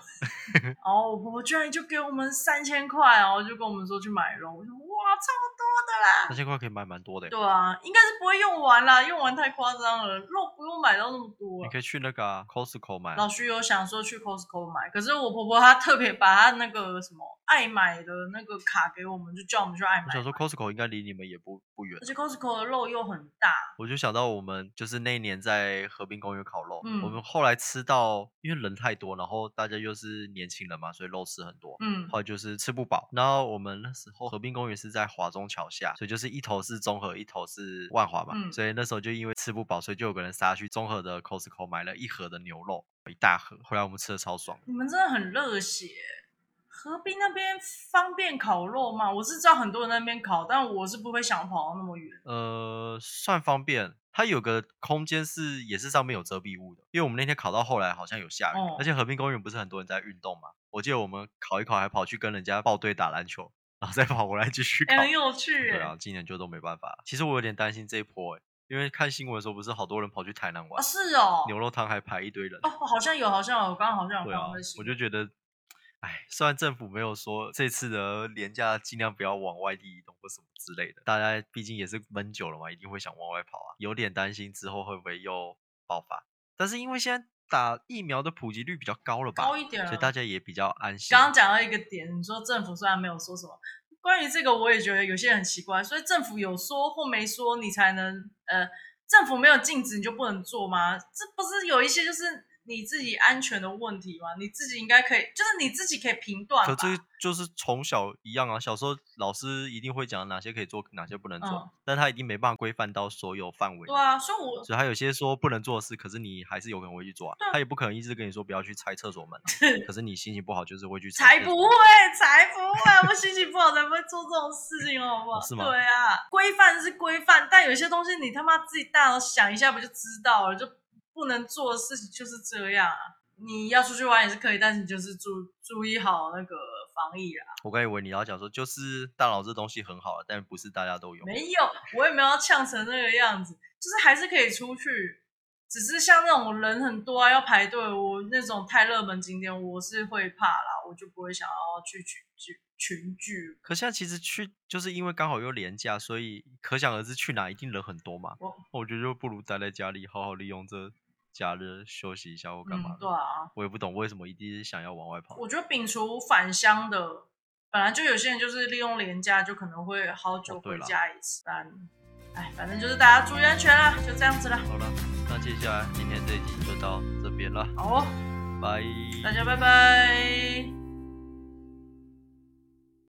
[SPEAKER 1] 然后我婆婆居然就给我们三千块，然后就跟我们说去买肉，我说哇，超多的
[SPEAKER 2] 三
[SPEAKER 1] 啦。
[SPEAKER 2] 千块可以买蛮多的欸，
[SPEAKER 1] 对啊，应该是不会用完啦，用完太夸张了，肉不用买到那么多
[SPEAKER 2] 你
[SPEAKER 1] 啊。
[SPEAKER 2] 可以去那个啊 Costco 买啊，
[SPEAKER 1] 老徐有想说去 Costco 买，可是我婆婆她特别把她那个什么爱买的那个卡给我们，就叫我们去爱买嗯
[SPEAKER 2] 我。想说 Costco 应该离你们也不不远
[SPEAKER 1] 而，且 Costco 的肉又很大，
[SPEAKER 2] 我就想到我们就是那一年在河滨公园烤肉，我
[SPEAKER 1] 嗯
[SPEAKER 2] 们后来吃到，因为人太多，然后大家又是年轻人嘛，所以肉吃很多。
[SPEAKER 1] 嗯，
[SPEAKER 2] 后来就是吃不饱，然后我们那时候河滨公园是在华中桥下，所以就是一头是中和，一头是万华嘛，
[SPEAKER 1] 嗯
[SPEAKER 2] 所以那时候就因为吃不饱，所以就有个人杀去中和的 Costco 买了一盒的牛肉，一大盒，回来我们吃的超爽的。
[SPEAKER 1] 你们真的很热血。河滨那边方便烤肉吗？我是知道很多人在那边烤，但我是不会想跑到那么远。
[SPEAKER 2] 呃，算方便。它有个空间是也是上面有遮蔽物的，因为我们那天烤到后来好像有下雨，
[SPEAKER 1] 哦
[SPEAKER 2] 而且和平公园不是很多人在运动嘛，我记得我们烤一烤还跑去跟人家报队打篮球，然后再跑回来继续烤。
[SPEAKER 1] 哎很有趣耶、
[SPEAKER 2] 对啊，今年就都没办法了。其实我有点担心这一波、欸，因为看新闻的时候不是好多人跑去台南
[SPEAKER 1] 啊，
[SPEAKER 2] 玩，
[SPEAKER 1] 是哦，
[SPEAKER 2] 牛肉汤还排一堆人。
[SPEAKER 1] 哦，好像有，好像有，刚刚好像有
[SPEAKER 2] 对啊
[SPEAKER 1] 放在新
[SPEAKER 2] 我
[SPEAKER 1] 闻
[SPEAKER 2] 就觉得，哎，虽然政府没有说这次的廉价尽量不要往外地移动或什么之类的，大家毕竟也是闷久了嘛，一定会想往外跑啊，有点担心之后会不会又爆发。但是因为现在打疫苗的普及率比较高了吧，
[SPEAKER 1] 高一点啊
[SPEAKER 2] 所以大家也比较安心。
[SPEAKER 1] 刚刚讲到一个点，你说政府虽然没有说什么，关于这个我也觉得有些人很奇怪，所以政府有说或没说，你才能呃，政府没有禁止你就不能做吗？这不是有一些就是你自己安全的问题吗？你自己应该可以，就是你自己可以评断吧。
[SPEAKER 2] 可这就是从小一样啊，小时候老师一定会讲哪些可以做，哪些不能做，
[SPEAKER 1] 嗯
[SPEAKER 2] 但他一定没办法规范到所有范围。
[SPEAKER 1] 对啊，所以我
[SPEAKER 2] 所以他有些说不能做的事，可是你还是有可能会去做、啊
[SPEAKER 1] 对。啊
[SPEAKER 2] 他也不可能一直跟你说不要去拆厕所 门、啊，可是你心情不好就是会去
[SPEAKER 1] 才不
[SPEAKER 2] 厕所
[SPEAKER 1] 会，才不会，我心情不好才不会做这种事情，好不好？
[SPEAKER 2] 哦是吗
[SPEAKER 1] 对啊，规范是规范，但有些东西你他妈自己大脑想一下不就知道了？就不能做的事情就是这样啊。你要出去玩也是可以，但是你就是注注意好那个防疫啊啦。
[SPEAKER 2] 我刚以为你要讲说，就是大脑这东西很好，但不是大家都有。
[SPEAKER 1] 没有，我也没有要呛成那个样子，就是还是可以出去。只是像那种人很多啊，要排队，我那种太热门景点，我是会怕啦，我就不会想要去群聚群聚
[SPEAKER 2] 可现在其实去，就是因为刚好又廉价，所以可想而知去哪一定人很多嘛。
[SPEAKER 1] 我
[SPEAKER 2] 我觉得就不如待在家里，好好利用这假日休息一下或干
[SPEAKER 1] 嗯。
[SPEAKER 2] 嘛的。
[SPEAKER 1] 对啊，
[SPEAKER 2] 我也不懂为什么一定想要往外跑。
[SPEAKER 1] 我觉得摒除返乡的，本来就有些人就是利用廉价，就可能会好久
[SPEAKER 2] 哦对
[SPEAKER 1] 回
[SPEAKER 2] 啦
[SPEAKER 1] 家一次。但，哎，反正就是大家注意安全啦，就这样子啦。
[SPEAKER 2] 好了，那接下来今天这一集就到这边了，
[SPEAKER 1] 好、哦，
[SPEAKER 2] 拜。
[SPEAKER 1] 大家拜拜。